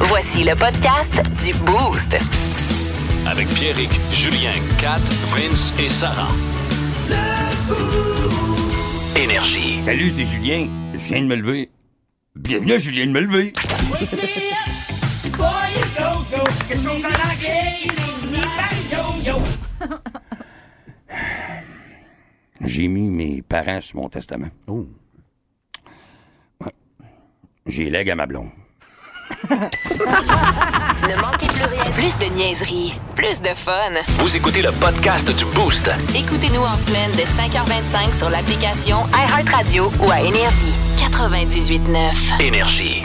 Voici le podcast du Boost. Avec Pierrick, Julien, Kat, Vince et Sarah. Énergie. Salut, c'est Julien. Je viens de me lever. Bienvenue, à Julien de me lever. J'ai mis mes parents sur mon testament. Oh. Ouais. J'ai les legs à ma blonde. Ne manquez plus rien. Plus de niaiserie, plus de fun. Vous écoutez le podcast du Boost. Écoutez-nous en semaine de 5h25 sur l'application iHeartRadio ou à Énergie. 98.9. Énergie.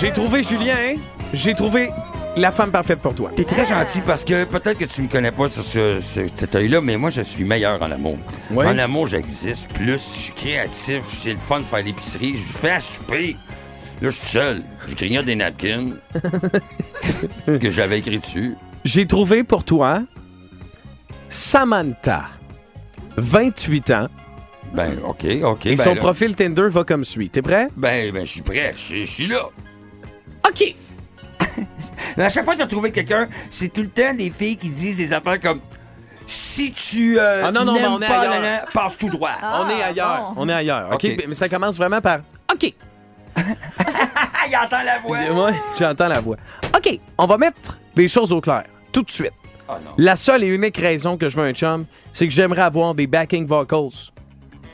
J'ai trouvé Julien, hein? J'ai trouvé la femme parfaite pour toi. T'es très gentil parce que peut-être que tu me connais pas sur ce, ce- cet œil-là, mais moi, je suis meilleur en amour. Ouais. En amour, j'existe plus. Je suis créatif. C'est le fun de faire l'épicerie. Je fais à souper. Là, je suis seul. Je grignote des napkins que j'avais écrit dessus. J'ai trouvé pour toi Samantha, 28 ans, Ben, OK, OK. et ben son là. profil Tinder va comme suit. T'es prêt? Ben, ben, je suis prêt. Je je suis là. OK. Mais à chaque fois que tu as trouvé quelqu'un, c'est tout le temps des filles qui disent des affaires comme si tu euh, Ah non, non, mais n'aimes on est pas, ailleurs. Ah. nanana, passe tout droit. on est ailleurs. On est ailleurs. OK, OK. mais ça commence vraiment par OK. Ah, il entend la voix. Moi, j'entends la voix. OK, on va mettre les choses au clair tout de suite. Ah non. La seule et unique raison que je veux un chum, c'est que j'aimerais avoir des backing vocals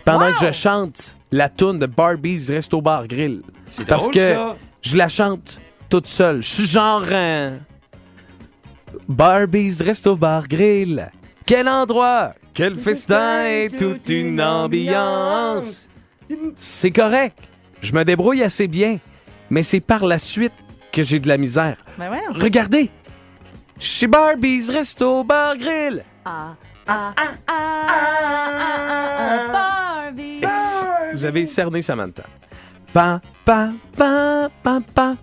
pendant que je chante la tune de Barbie's Resto Bar Grill. C'est Parce drôle, que ça. je la chante toute seule. Je suis genre un Barbie's Resto Bar Grill. Quel endroit, quel festin et toute une ambiance. C'est correct. Je me débrouille assez bien, mais c'est par la suite que j'ai de la misère. Ben ouais. Regardez! Chez Barbie's Resto Bar Grill! Ah, ah, ah, ah, ah, ah, Barbie. Vous avez cerné Samantha. Pa, pa, pa, pa, pa.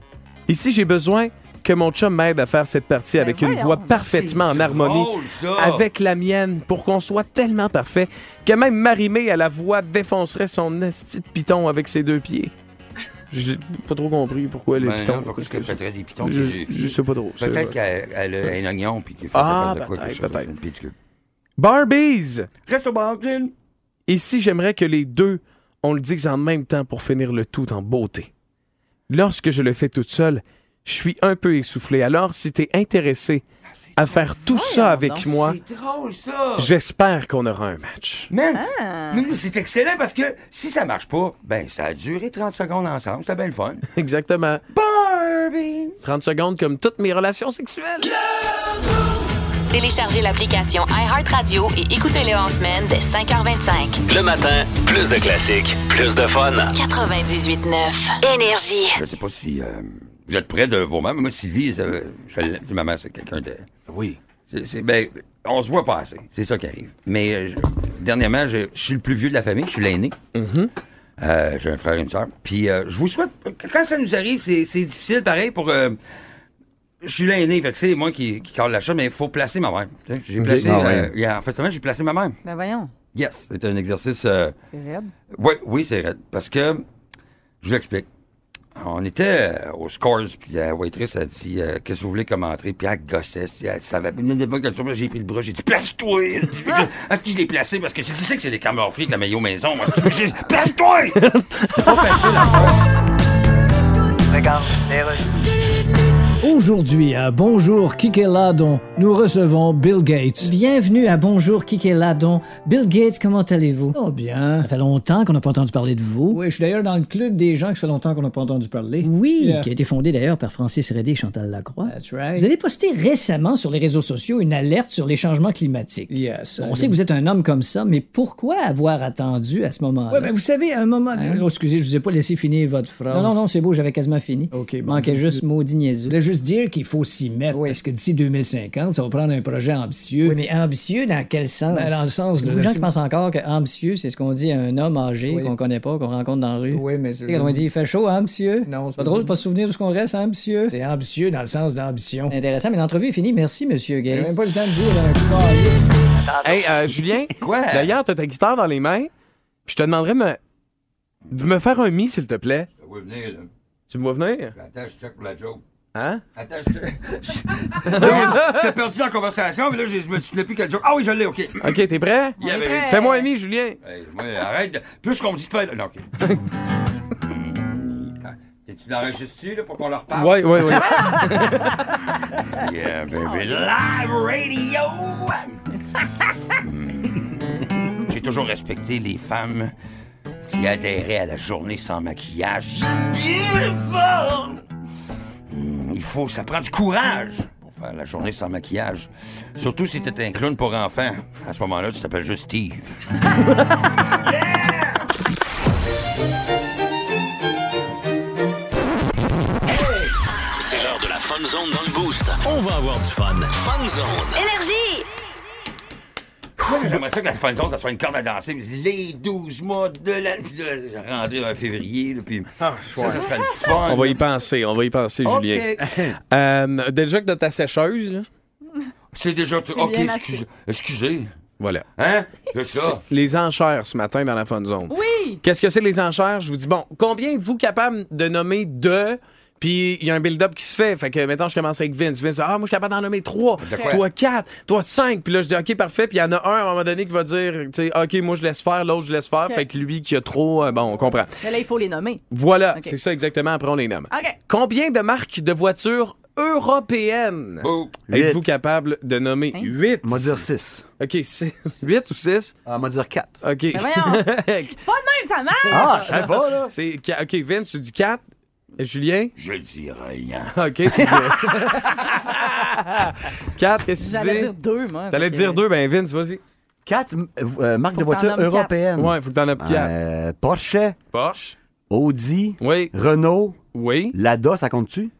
Ici, j'ai besoin que mon chum m'aide à faire cette partie avec une voyons. voix parfaitement en C'est harmonie drôle, ça. avec la mienne pour qu'on soit tellement parfait que même Marimé à la voix défoncerait son esti de piton avec ses deux pieds. J'ai pas trop compris pourquoi les Ben pitons. non, pourquoi est-ce que je- pèterait des pitons? je, je sais pas trop. c'est- Peut-être qu'elle elle a un oignon puis qu'il faut Ah, qu'elle fasse de quoi peut-être, quelque chose, peut-être. une pitchcule. Barbies! Reste au bar, Grill. Ici, j'aimerais que les deux, on le dise en même temps pour finir le tout en beauté. Lorsque je le fais toute seule, je suis un peu essoufflé. Alors, si t'es intéressé à faire tout ça avec donc. moi, C'est drôle, ça. j'espère qu'on aura un match. Man, non, mais c'est excellent parce que si ça marche pas, ben ça a duré 30 secondes ensemble, c'était bien le fun. Exactement. Barbie! 30 secondes comme toutes mes relations sexuelles. Téléchargez l'application iHeartRadio et écoutez-le en semaine dès 5h25. Le matin, plus de classiques, plus de fun. 98.9. Énergie. Je sais pas si euh, vous êtes près de vos mères, mais moi, Sylvie, euh, je l'aime. Tu sais, ma mère, c'est quelqu'un de. Oui. C'est, c'est- ben, on se voit pas assez. C'est ça qui arrive. Mais euh, je- dernièrement, je, je suis le plus vieux de la famille, je suis l'aîné. Euh, j'ai un frère et une sœur. Puis euh, je vous souhaite. Quand ça nous arrive, c'est, c'est difficile, pareil, pour. euh, je suis l'aîné, fait que c'est moi qui, qui carle la chose, mais il faut placer ma mère. Tu sais, J'ai placé. Ah ouais. euh, hier- en fait, semaine, j'ai placé ma mère. Ben voyons. Yes, c'est un exercice. euh, C'est raide. oui, oui, c'est vrai. Parce que, je vous explique. On était euh, au Scores, puis la waitress a dit euh, Qu'est-ce que vous voulez comme entrée Puis elle gossait, si elle savait. Elle me demandait pas quelle chose, J'ai pris le bras, j'ai dit Place-toi Elle dit, Fait que- Ah, tu l'ai placé parce que c'est ici que c'est des camouflés de la maillot maison. Moi, J'ai dit, Place-toi Aujourd'hui à Bonjour Kikeladon, nous recevons Bill Gates. Bienvenue à Bonjour Kikeladon. Bill Gates, comment allez-vous? Oh bien. Ça fait longtemps qu'on n'a pas entendu parler de vous. Oui, je suis d'ailleurs dans le club des gens que ça fait longtemps qu'on n'a pas entendu parler. Oui, qui a été fondé d'ailleurs par Francis Redé et Chantal Lacroix. Vous avez posté récemment sur les réseaux sociaux une alerte sur les changements climatiques. On sait que vous êtes un homme comme ça, mais pourquoi avoir attendu à ce moment-là? vous savez, à un moment... Oh, excusez, je vous ai pas laissé finir votre phrase. Non, non, non, c'est beau, j'avais quasiment fini. OK. Manquait juste maudit niaiseux. Je voulais juste dire qu'il faut s'y mettre, parce que d'ici 2050, ça va prendre un projet ambitieux. Oui, mais ambitieux dans quel sens? dans le sens de... Beaucoup de gens qui pensent encore que ambitieux, c'est ce qu'on dit à un homme âgé qu'on connaît pas, qu'on rencontre dans la rue. Oui, mais... Quand on dit « il fait chaud, hein, monsieur? » Non, c'est pas drôle de pas se souvenir de ce qu'on reste, hein, monsieur? C'est ambitieux Eh, dans le sens d'ambition. Intéressant, mais l'entrevue est finie. Merci, monsieur Gates. J'ai même pas le temps de dire un Hey, euh, Julien, Quoi d'ailleurs, t'as ta guitare dans les mains. puis Je te demanderais de me de me faire un mi, s'il te plaît? Je vais venir, là. Tu me vois venir? Attends, je check pour la joke. Hein? Attends, je check. J'étais perdu en conversation, mais là, je je me souvenais plus quelle joke. Ah oui, je l'ai, OK. OK, t'es prêt? Yeah, baby. prêt. Fais-moi un mi, Julien. Hey, moi, arrête. de- Plus qu'on me dit de faire. Non, OK. Et tu l'enregistres-tu là, pour qu'on leur parle? Ouais, ouais, ouais. Oh, Yeah, baby. Live radio! J'ai toujours respecté les femmes qui adhéraient à la journée sans maquillage. Beautiful! Mm, Il faut, ça prend du courage pour faire la journée sans maquillage. Surtout si t'es un clown pour enfants. À ce moment-là, tu t'appelles juste Steve. C'est l'heure de la Fun Zone dans le Boost. On va avoir du fun. Fun Zone. Ouais, J'aimerais ça que la fin de zone, ça soit une corde à danser. mais Les 12 mois de la. Puis là, Je rentrais en février, là, puis Ah, ça, ça serait le fun. On va y penser, on va y penser, OK. Julien. Euh, déjà que de ta sécheuse, là. C'est déjà. tout. OK, bien excusez. Excusez. Voilà. Hein? C'est ça. Les enchères ce matin dans la fun zone. Oui! Qu'est-ce que c'est les enchères? Je vous dis, bon, combien êtes-vous capable de nommer deux? Puis il y a un build-up qui se fait. Fait que maintenant, je commence avec Vince. Vince, ah, moi, je suis capable d'en nommer trois. quoi? Toi, quatre. Toi, cinq. Puis là, je dis, OK, parfait. Puis il y en a un à un moment donné qui va dire, tu sais, OK, moi, je laisse faire. L'autre, je laisse faire. Ok. Fait que lui qui a trop. euh, bon, on comprend. Mais là, il faut les nommer. Voilà. Ok. C'est ça exactement. Après, on les nomme. OK. Combien de marques de voitures européennes Oh. êtes-vous Huit. capable de nommer? Hein? Huit. On va dire 6. OK, six. Huit ou six? On va dire 4. OK. Mais voyons. C'est pas de même, ça marche! Ah, je sais pas, là. C'est qu- OK, Vince, tu dis 4. Julien? Je dis rien. OK, tu dis. 4, qu'est-ce que J'allais tu dire dis? deux, moi. T'allais Fait que- dire 2, ben Vince, vas-y. 4 euh, marques Faut de que t'en voitures nommes quatre. européennes. Ouais, faut que t'en aies 4. Euh, Porsche, Porsche? Audi, Oui, Renault, oui. Lada, ça compte-tu?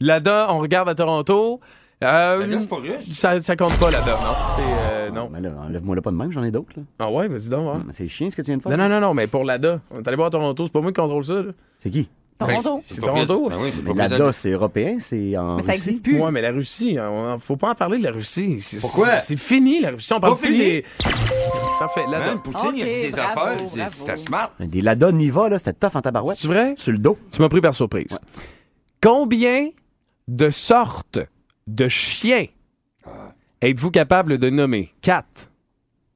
Lada, on regarde à Toronto. Euh, Là, c'est pas russe. ça, ça compte pas, Lada, non? C'est. euh, non. Mais Ben là, enlève-moi là pas de même, j'en ai d'autres, là. Ah ouais, vas-y donc, voir. Mm. Mais C'est chiant ce que tu viens de faire. Non, non, non, non, mais pour Lada, on est allé voir à Toronto, c'est pas moi qui contrôle ça, là. C'est qui? Toronto. C'est Toronto. Ben oui, c'est Mais propriétaire. Lada, c'est européen, c'est en Mais ça Russie. existe plus. Ouais, mais la Russie, hein, on- faut pas en parler de la Russie. C'est- Pourquoi? C'est c'est fini, la Russie. On parle pas plus fini. Hein? des. Parfait, Lada. Même Poutine, il a dit Ok, des bravo, affaires. c'est- bravo. C'était smart. Des Lada Niva, là, c'était tough en tabarouette. C'est vrai? Sur le dos. Tu m'as pris par surprise. Combien de sortes de chiens êtes-vous capable de nommer? 4.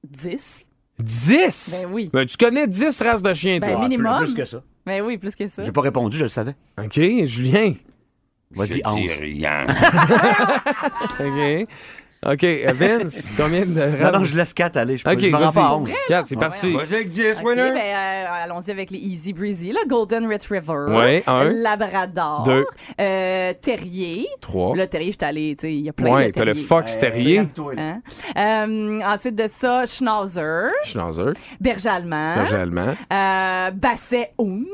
10. 10? Ben oui. tu connais 10 races de chiens, Ben, toi. minimum. ça. Mais Ben oui, plus que ça. J'ai pas répondu, je le savais. OK, Julien. Je Vas-y, dis 11. rien. OK. OK, Vince, combien de Non, races? non, je laisse 4 aller. Je, OK, je me rends pas à 11. vas-y. 4, c'est parti. Vas-y avec 10, Ok, ben, winner. euh, allons-y avec les Easy Breezy. Le Golden Retriever. Ouais, un. Labrador. Deux. euh, terrier. 3. Le terrier, je suis allée, tu sais, il y a plein Ouais, de t'as le terriers. Fox Euh, Terrier. Hein? Euh, ensuite de ça, Schnauzer, Schnauzer. berger allemand, Berger allemand. euh, basset Hund,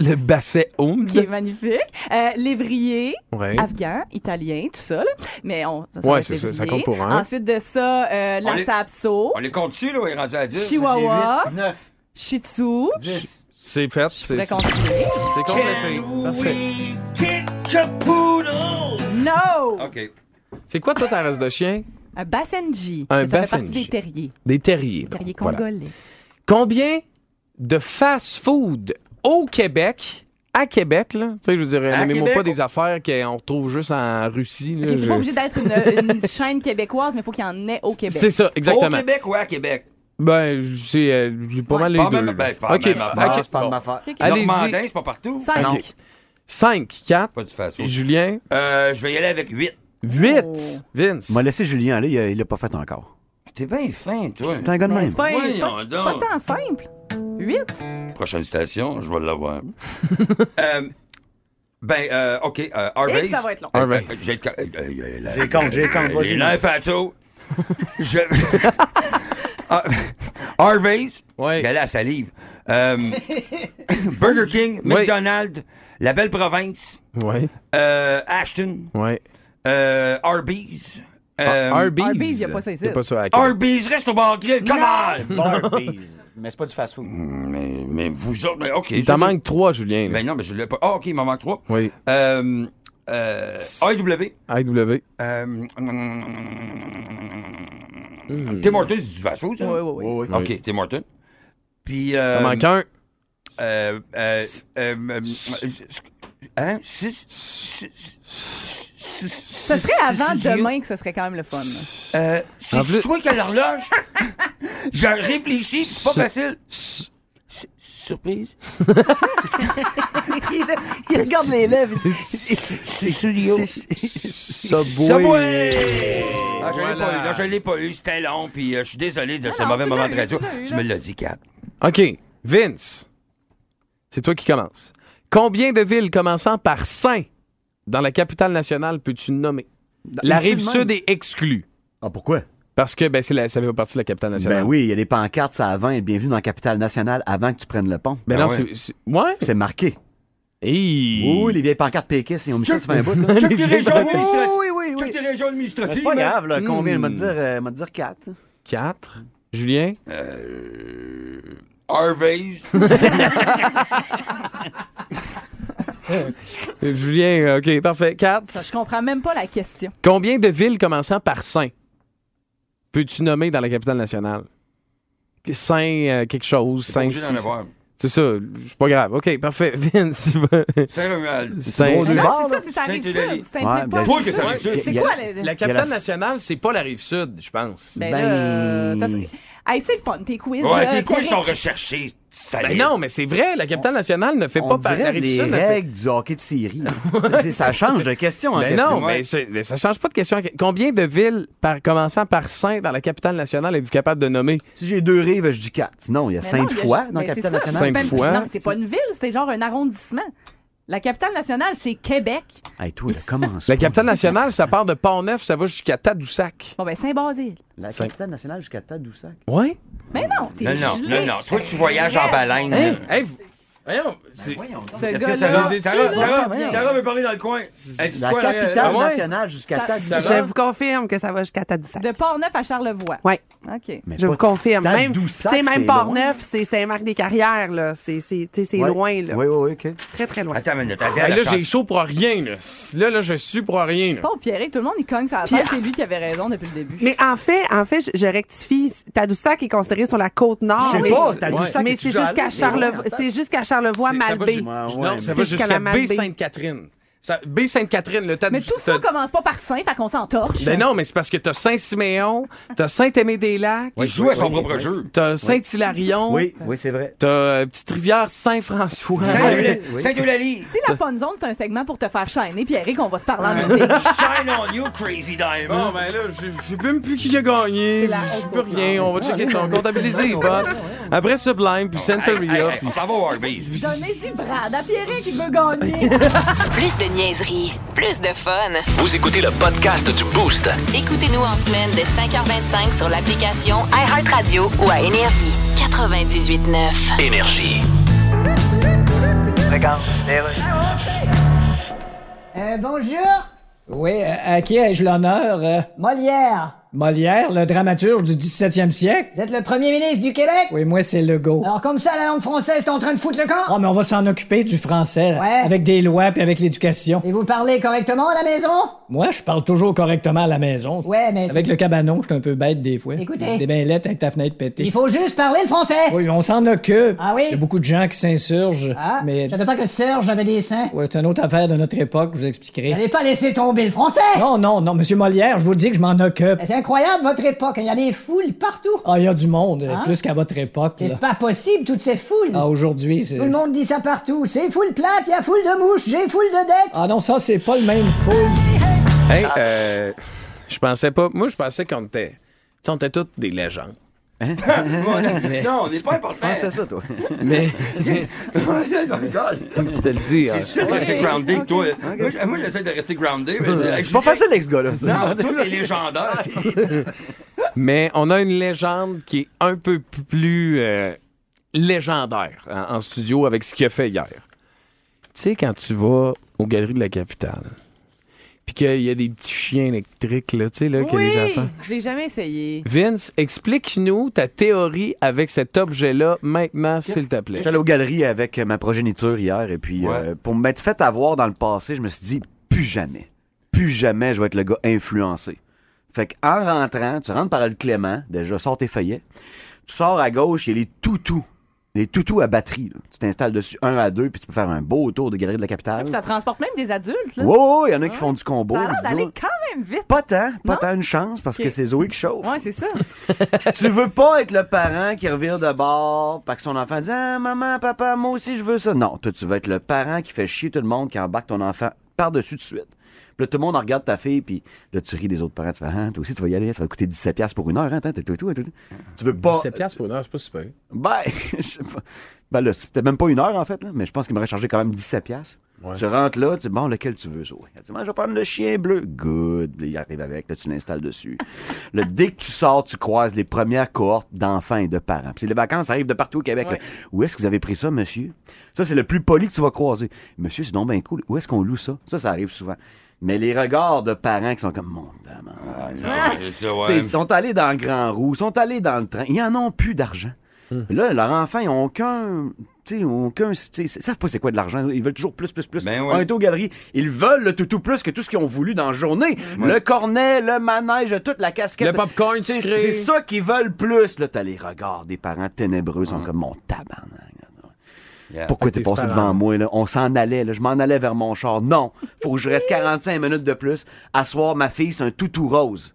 Le basset Hound. qui est magnifique, euh, lévrier, Ouais. afghan, italien, tout ça, là. Mais on, ça, Ouais, va être c'est ça, ça lévrier. compte pour un. Ensuite de ça, euh, On la est- sapso, On les compte-tu, là? Il est rendu à 10. chihuahua, 9, shih tzu, 10. C'est fait. je C'est pourrais continuer. c'est complété. Parfait. Kick a poodle! No! OK. C'est quoi, toi, ta race de chiens? Un basenji. Un ça fait partie Basenji. des terriers. Des terriers. donc, Terriers voilà. congolais. Combien de fast-food au Québec, à Québec, là, tu sais, je veux dire, À nommez-moi Québec, pas on- des affaires qu'on retrouve juste en Russie. là, Ok, c'est je- pas obligé d'être une, une chaîne québécoise, mais il faut qu'il y en ait au Québec. C'est ça, Au exactement. Québec ou à Québec? Ben, je- c'est euh, j'ai pas Ouais, c'est mal les pas deux. même- là. ben, c'est pas OK, la même affaire. OK, c'est pas de bon. ma affaire. Ok, ok. Allez-y. Normandin, c'est pas partout? Cinq. Non. 5, 4, Pas du fast Julien, Euh, je vais y aller avec 8. 8, Oh. Vince. M'a laissé Julien aller, il a- il l'a pas fait encore. T'es bien fin, toi. T'es un gars de Mais même. C'est pas, c'est Voyons pas, c'est donc. pas tant simple. 8. Prochaine station, je vais l'avoir. euh, ben, euh, OK, euh, Harvey. Et que ça va être long. Harvey. Euh, J'ai le ca- euh, euh, la- J'ai compte, j'ai compte, euh, vas-y. Les nerfs fatso. Je... Ah, Harvey's. Ouais. Il allait à salive. Euh, Burger King, Oui. McDonald's, La Belle Province, Ouais, euh, Ashton, ouais. euh, Arby's. Ah, euh, Arby's. Arby's, y a pas ça ici. Y a pas ça à Québec. Arby's, reste au bar grill, come on! Mais c'est pas du fast-food. Mais, mais vous autres, mais OK. Il t'en manque 3, Julien. là. Ben non, mais je l'ai pas. Ah, OK, il m'en manque trois. Oui, Euh, euh, AEW. IW. Euh, Tim Hortons, c'est du fast food, ça? Oui, oui, oui. Oh, Oui, oui. OK, Tim Hortons. Puis. Euh, T'en manques un. euh, euh, euh, euh, hein? Ce Ce serait avant demain que ce serait quand même le fun. Euh, c'est En plus- toi qui as l'horloge? Je réfléchis, c'est pas Ce- facile. Su- Surprise? il, il regarde les lèvres. il dit, C'est studio. Subway. Subway! Ah, je l'ai Voilà. pas eu, là, je l'ai pas eu, c'était long, puis euh, je suis désolé de ce non, mauvais tu moment l'as de eu, radio. tu l'as eu, Tu là. me l'as dit, Kat. OK. Vince, c'est toi qui commences. Combien de villes commençant par Saint dans la capitale nationale peux-tu nommer? La ici rive de même? sud est exclue. Ah, pourquoi? Parce que ben, c'est la- ça fait pas partie de la capitale nationale. Ben oui, il y a des pancartes, ça avant, et bienvenue dans la capitale nationale avant que tu prennes le pont. Ben Ah non, ouais. c'est- c'est. Ouais? C'est marqué. Hey. Ouh, les vieilles pancartes péquistes, ils ont mis ça, ça fait un bout. là. Check les régions Oui, administratives. oui, oui. Check oui. les régions Mais administratives. C'est pas hein. grave, là. Combien? Hmm. Elle m'a dire, euh, m'a dire 4. 4. Julien? Euh, Harvey's. Euh, Julien, euh, OK, parfait. 4. Ça, je comprends même pas la question. Combien de villes commençant par Saint peux-tu nommer dans la capitale nationale? Saint euh, quelque chose, C'est pas Saint. obligé d'en six- avoir. C'est ça, c'est pas grave. OK, parfait. Vince, il va- Saint-Romuald. Saint. drôle. Deux Non, bars, Ah, c'est là. ça, c'est ça arrive Sainte-Eulalie. sud. C'est un Ouais, peu pas- ben, Toi que c'est ça ça. arrive sud. C'est Il y a- quoi le... La Il y a capitale la- nationale, c'est pas la rive sud, je pense. Ben, Ben- là, ça serait- Hey, c'est le fun, tes quiz. Ouais, euh, tes couilles correct. sont recherchées. Ben Salé. non, mais c'est vrai, la capitale nationale ne fait On pas par la dirait rive les sud. elle fait- règles du hockey de Syrie. ça change de question en Ben question. non, mais, c'est- mais ça change pas de question. Combien de villes, par, commençant par Saint, dans la capitale nationale, êtes-vous capable de nommer? Si j'ai deux rives, je dis 4. Sinon, il y a Mais 5 non, il y a- fois dans mais la capitale c'est ça, nationale. c'est pas une- Cinq fois. Non, mais c'est pas une ville, c'est genre un arrondissement. La capitale nationale, c'est Québec. Hey, toi, là, comment ça? La capitale nationale, ça part de Pont-Neuf, ça va jusqu'à Tadoussac. Bon, ben, Saint-Basile. La capitale nationale jusqu'à Tadoussac. Ouais? Mais non, t'es Non, non, gelé. non, non. Toi, tu voyages en baleine. Hein? Hey, vous- voyons, c'est- Ce Est-ce gars-là, que Sarah, Vas-y, Sarah, tu, là. Sarah, Voyons. Sarah veut parler dans le coin? Est-ce La quoi, euh, là, capitale Ah ouais? nationale jusqu'à Ça- Tadoussac. Ça va? Je vous confirme que ça va jusqu'à Tadoussac. De Port-Neuf à Charlevoix. Ouais. OK. Mais Je pas vous confirme. Même, Tadoussac, c'est même c'est Port-Neuf, c'est Saint-Marc-des-Carrières, là. C'est, c'est, tu sais, c'est Ouais. loin, là. Oui, oui, oui, OK. Très, très loin. Attends une minute. attends, Hey, la Ben là, chante- j'ai chaud pour rien. Là, là, là, je suis pour rien. là. Bon, Pierre, tout le monde, il cogne sa tête. C'est lui qui avait raison depuis le début. Mais en fait, en fait, je, je rectifie. Tadoussac est considéré sur la côte nord. Je sais mais pas, c'est- Tadoussac, mais es-tu c'est déjà jusqu'à allé? C'est loin, Charlevoix, en fait. c'est jusqu'à Charlevoix, C'est- ça va Malbaie. ju- Ouais, ouais, non, ça mais- va Jusqu'à jusqu'à la Malbaie. Baie-Sainte-Catherine. Ça- Baie-Sainte-Catherine, le Mais Tadoussac. tout ça commence pas par Saint, fait qu'on s'entorche. Ben non, mais c'est parce que t'as Saint-Siméon, t'as Saint-Aimé-des-Lacs, Il joue à son propre jeu. t'as Saint-Hilarion, Oui, oui, c'est vrai. t'as euh, Petite Rivière Saint-François. Saint-Eulalie. Saint-Eulalie. Si la fun zone, c'est un segment pour te faire chaîner, Pierre, qu'on va se parler en été. Shine on you, crazy Bon, diamond. ben là, je je sais même plus qui a gagné. la Je haute peux rien. On va checker ça. On comptabilise les votes. Après Sublime, puis Hey, hey, Centuria. hey, on s'en va au Arby's. Donnez du brad à Pierre qui veut gagner. Plus de niaiserie, plus de fun. Vous écoutez le podcast du Boost. Écoutez-nous en semaine de 5h25 sur l'application iHeartRadio ou à Énergie. 98.9. Énergie. Eh, bonjour. Oui, euh, à qui ai-je l'honneur? Molière. Molière, le dramaturge du 17e siècle? Vous êtes le premier ministre du Québec? Oui, moi, c'est Legault. Alors, comme ça, la langue française est en train de foutre le camp? Oh, mais on va s'en occuper du français, là, Ouais. avec des lois puis avec l'éducation. Et vous parlez correctement à la maison? Moi, je parle toujours correctement à la maison. Ouais, mais. Avec le cabanon, je suis un peu bête des fois. Écoutez. C'était bien lettre avec ta fenêtre pétée. hein. Il faut juste parler le français! Oui, on s'en occupe. Ah oui? Il y a beaucoup de gens qui s'insurgent. Ah, mais je savais pas que Serge avait des seins. ouais, c'est une autre affaire de notre époque, je vous expliquerai. Vous n'allez pas laisser tomber le français! Non, non, non, Monsieur Molière, je vous dis que je m'en occupe. Mais C'est incroyable votre époque, il y a des foules partout! Ah, il y a du monde, Hein? plus qu'à votre époque. là. C'est pas possible toutes ces foules! Ah, aujourd'hui, c'est. Tout le monde dit ça partout. C'est foule plate, il y a foule de mouches, j'ai foule de dettes. Ah non, ça, c'est pas le même fou. Hey, euh, je pensais pas. Moi, je pensais qu'on était. tu sais, on était toutes des légendes. Non, on n'est pas important. Ah, c'est ça, toi. Mais tu te le dis. hein. C'est sûr de rester groundé, toi. Moi, j'- Moi, j'essaie de rester groundé. Euh, C'est pas facile avec ce gars-là, ça. Euh, Non, toi, t'es légendaire. Mais on a une légende qui est un peu plus euh, légendaire hein, en, en studio avec ce qu'il a fait hier. Tu sais, quand tu vas aux Galeries de la Capitale, puis qu'il y a des petits chiens électriques, là, tu sais, là, que oui, les enfants. je l'ai jamais essayé. Vince, explique-nous ta théorie avec cet objet-là maintenant, s'il te plaît. J'étais allé aux galeries avec euh, ma progéniture hier et puis Ouais. euh, pour m'être fait avoir dans le passé, je me suis dit plus jamais, plus jamais je vais être le gars influencé. Fait qu'en rentrant, tu rentres par le Clément, déjà, sors tes feuillets, tu sors à gauche, il y a les toutous. Les toutous à batterie. là. Tu t'installes dessus un à deux, puis tu peux faire un beau tour de galerie de la capitale. Ça transporte même des adultes. Ouais, Là. ouais, il y en a qui font du combo. Ça a l'air puis tout d'aller quand même vite. Pas tant, pas tant une chance parce Ok. que c'est Zoé qui chauffe. Ouais, c'est ça. tu veux pas être le parent qui revire de bord parce que son enfant dit Ah, maman, papa, moi aussi je veux ça. Non, toi, tu veux être le parent qui fait chier tout le monde, qui embarque ton enfant par-dessus de suite. Puis là, tout le monde regarde ta fille, puis là, tu ris des autres parents. Tu fais Ah, toi aussi, tu vas y aller, ça va coûter 17$ pour une heure, hein, t'as- t'as- t'as- t'as- t'as- t'as- Tu veux pas. 17$ pour une heure, c'est pas super. Ben, je sais pas. Ben là, c'est peut-être même pas une heure, en fait, là, mais je pense qu'il m'aurait chargé quand même 17$. piastres. Ouais. Tu rentres là, tu dis, bon, lequel tu veux, Zoé? Elle dit, moi, je vais prendre le chien bleu. Good. Puis là, il arrive avec, là, tu l'installes dessus. Là, dès que tu sors, tu croises les premières cohortes d'enfants et de parents. Puis c'est les vacances, ça arrive de partout au Québec. là. Où est-ce que vous avez pris ça, monsieur? Ça, c'est le plus poli que tu vas croiser. Monsieur, c'est donc bien cool. Où est-ce qu'on loue ça? Ça, ça arrive souvent. Mais les regards de parents qui sont comme, mon T'sais, Ils sont allés dans le Grand Roux, ils sont allés dans le train. Ils en ont plus d'argent. Hmm. Puis Là, leurs enfants, ils n'ont aucun. Ils aucun t'sais, ils savent pas c'est quoi de l'argent. Ils veulent toujours plus, plus, plus. On est aux galeries. Ils veulent le toutou plus que tout ce qu'ils ont voulu dans la journée. Le cornet, le manège, toute la casquette. Le popcorn C'est- sucré. C'est ça qu'ils veulent plus. Là, t'as les regards des parents ténébreux. Ils sont comme mon tabarnak. Pourquoi t'es Tes passé parents. devant moi? Là? On s'en allait. Là. Je m'en allais vers mon char. Non, faut que je reste 45 minutes de plus. Asseoir ma fille, c'est un toutou rose.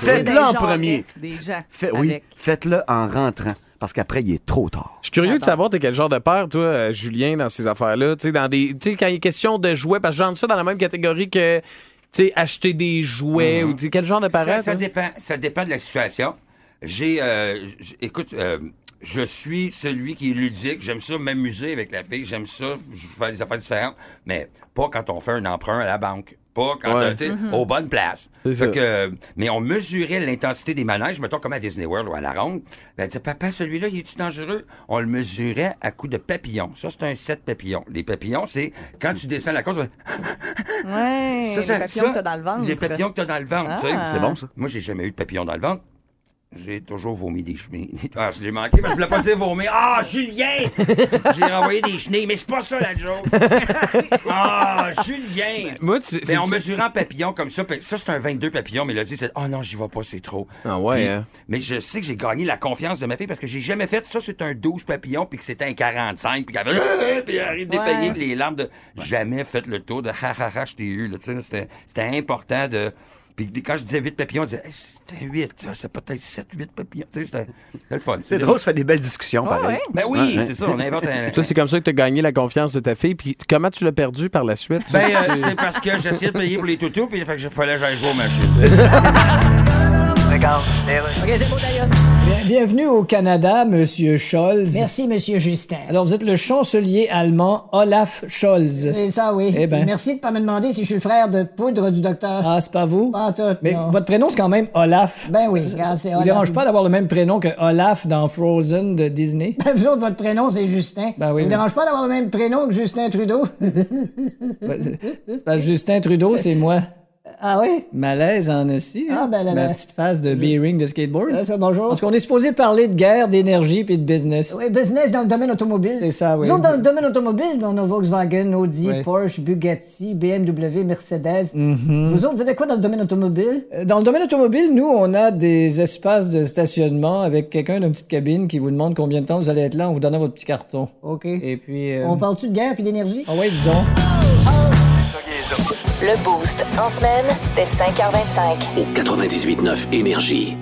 Faites-le en premier. Des gens. Fait- oui, faites-le en rentrant, parce qu'après, il est trop tard. Je suis curieux de savoir, t'es quel genre de père, toi, euh, Julien, dans ces affaires-là. Tu sais, dans des. Tu sais, quand il est question de jouets, parce que j'entre ça dans la même catégorie que. Tu sais, acheter des jouets Mm. Mhm. ou tu sais, quel genre de hein. parent? Ça, ça toi? dépend, ça dépend de la situation. J'ai, euh, j- écoute, euh, je suis celui qui est ludique. J'aime ça m'amuser avec la fille. J'aime ça je fais des affaires différentes, mais pas quand on fait un emprunt à la banque. Pas quand Ouais. euh, tu sais, Mhm. aux bonnes places. C'est Fait ça. que, euh, mais on mesurait l'intensité des manèges, mettons comme à Disney World ou à la ronde. Ben, elle disait, papa, celui-là, il est-tu dangereux? On le mesurait à coups de papillons. Ça, c'est un set papillons. Les papillons, c'est quand tu descends la course, tu fais- Ouais, ça, ça- les papillons ça, que t'as dans le ventre. Les papillons que t'as dans le ventre, tu sais. Ah. C'est bon, ça. Moi, j'ai jamais eu de papillons dans le ventre. J'ai toujours vomi des chenilles. Ah, je l'ai manqué, mais je voulais pas dire vomir. Ah, Julien! J'ai renvoyé des chenilles, mais c'est pas ça la joke. Ah, Julien! Moi, tu- Mais c'est- en mesurant papillon comme ça, puis ça, c'est un 22 papillon, mais là, dit, c'est oh non, j'y vais pas, c'est trop. Ah ouais, Puis- hein. Mais je sais que j'ai gagné la confiance de ma fille parce que j'ai jamais fait ça, c'est un 12 papillon, puis que c'était un 45, puis qu'elle avait, Ah, ah, puis elle arrive Ouais. dépayée avec les larmes de. Jamais fait le tour de ha ha ha, je t'ai eu, là, tu sais, c'était- c'était important de. Puis quand je disais 8 papillons, on disait, Hey, c'était 8, ça, c'est peut-être 7, 8 papillons, tu sais, c'était c'était le fun. C'est drôle, ça fait des belles discussions, Ah pareil. Ben oui, Ouais, ouais. c'est ça, on invente un. Toi, c'est comme ça que t'as gagné la confiance de ta fille. Puis comment tu l'as perdu par la suite? ça, Ben, euh, c'est- c'est parce que j'essayais de payer pour les toutous, puis il fallait que j'aille jouer aux machines. OK, c'est beau, d'ailleurs. Bien- Bienvenue au Canada, Monsieur Scholz. Merci, Monsieur Justin. Alors, vous êtes le chancelier allemand Olaf Scholz. C'est ça, oui. Eh ben. Merci de pas me demander si je suis le frère de poudre du docteur. Ah, c'est pas vous? Pas en tout, Mais non. votre prénom, c'est quand même Olaf. Ben oui, Ça- regarde, ça c'est vous Olaf. dérange pas d'avoir le même prénom que Olaf dans Frozen de Disney? Ben, vous autres, votre prénom, c'est Justin. Ben oui, Ça vous mais- dérange pas d'avoir le même prénom que Justin Trudeau? Ouais, c'est- c'est pas Justin Trudeau, c'est moi. ah oui? Malaise en assis. Ah, ben là, là. Ma petite face de B-ring de skateboard. Euh, ça, bonjour. En tout cas, on est supposé parler de guerre, d'énergie puis de business. Oui, business dans le domaine automobile. C'est ça, oui. Nous autres, dans le domaine automobile, on a Volkswagen, Audi, Oui. Porsche, Bugatti, BMW, Mercedes. Mhm. Vous autres, vous avez quoi dans le domaine automobile? Euh, Dans le domaine automobile, nous, on a des espaces de stationnement avec quelqu'un d'une petite cabine qui vous demande combien de temps vous allez être là en vous donnant votre petit carton. OK. Et puis... euh, On parle-tu de guerre puis d'énergie? Ah ouais, dis donc. Le Boost. En semaine, dès 5h25. Au 98.9 Énergie.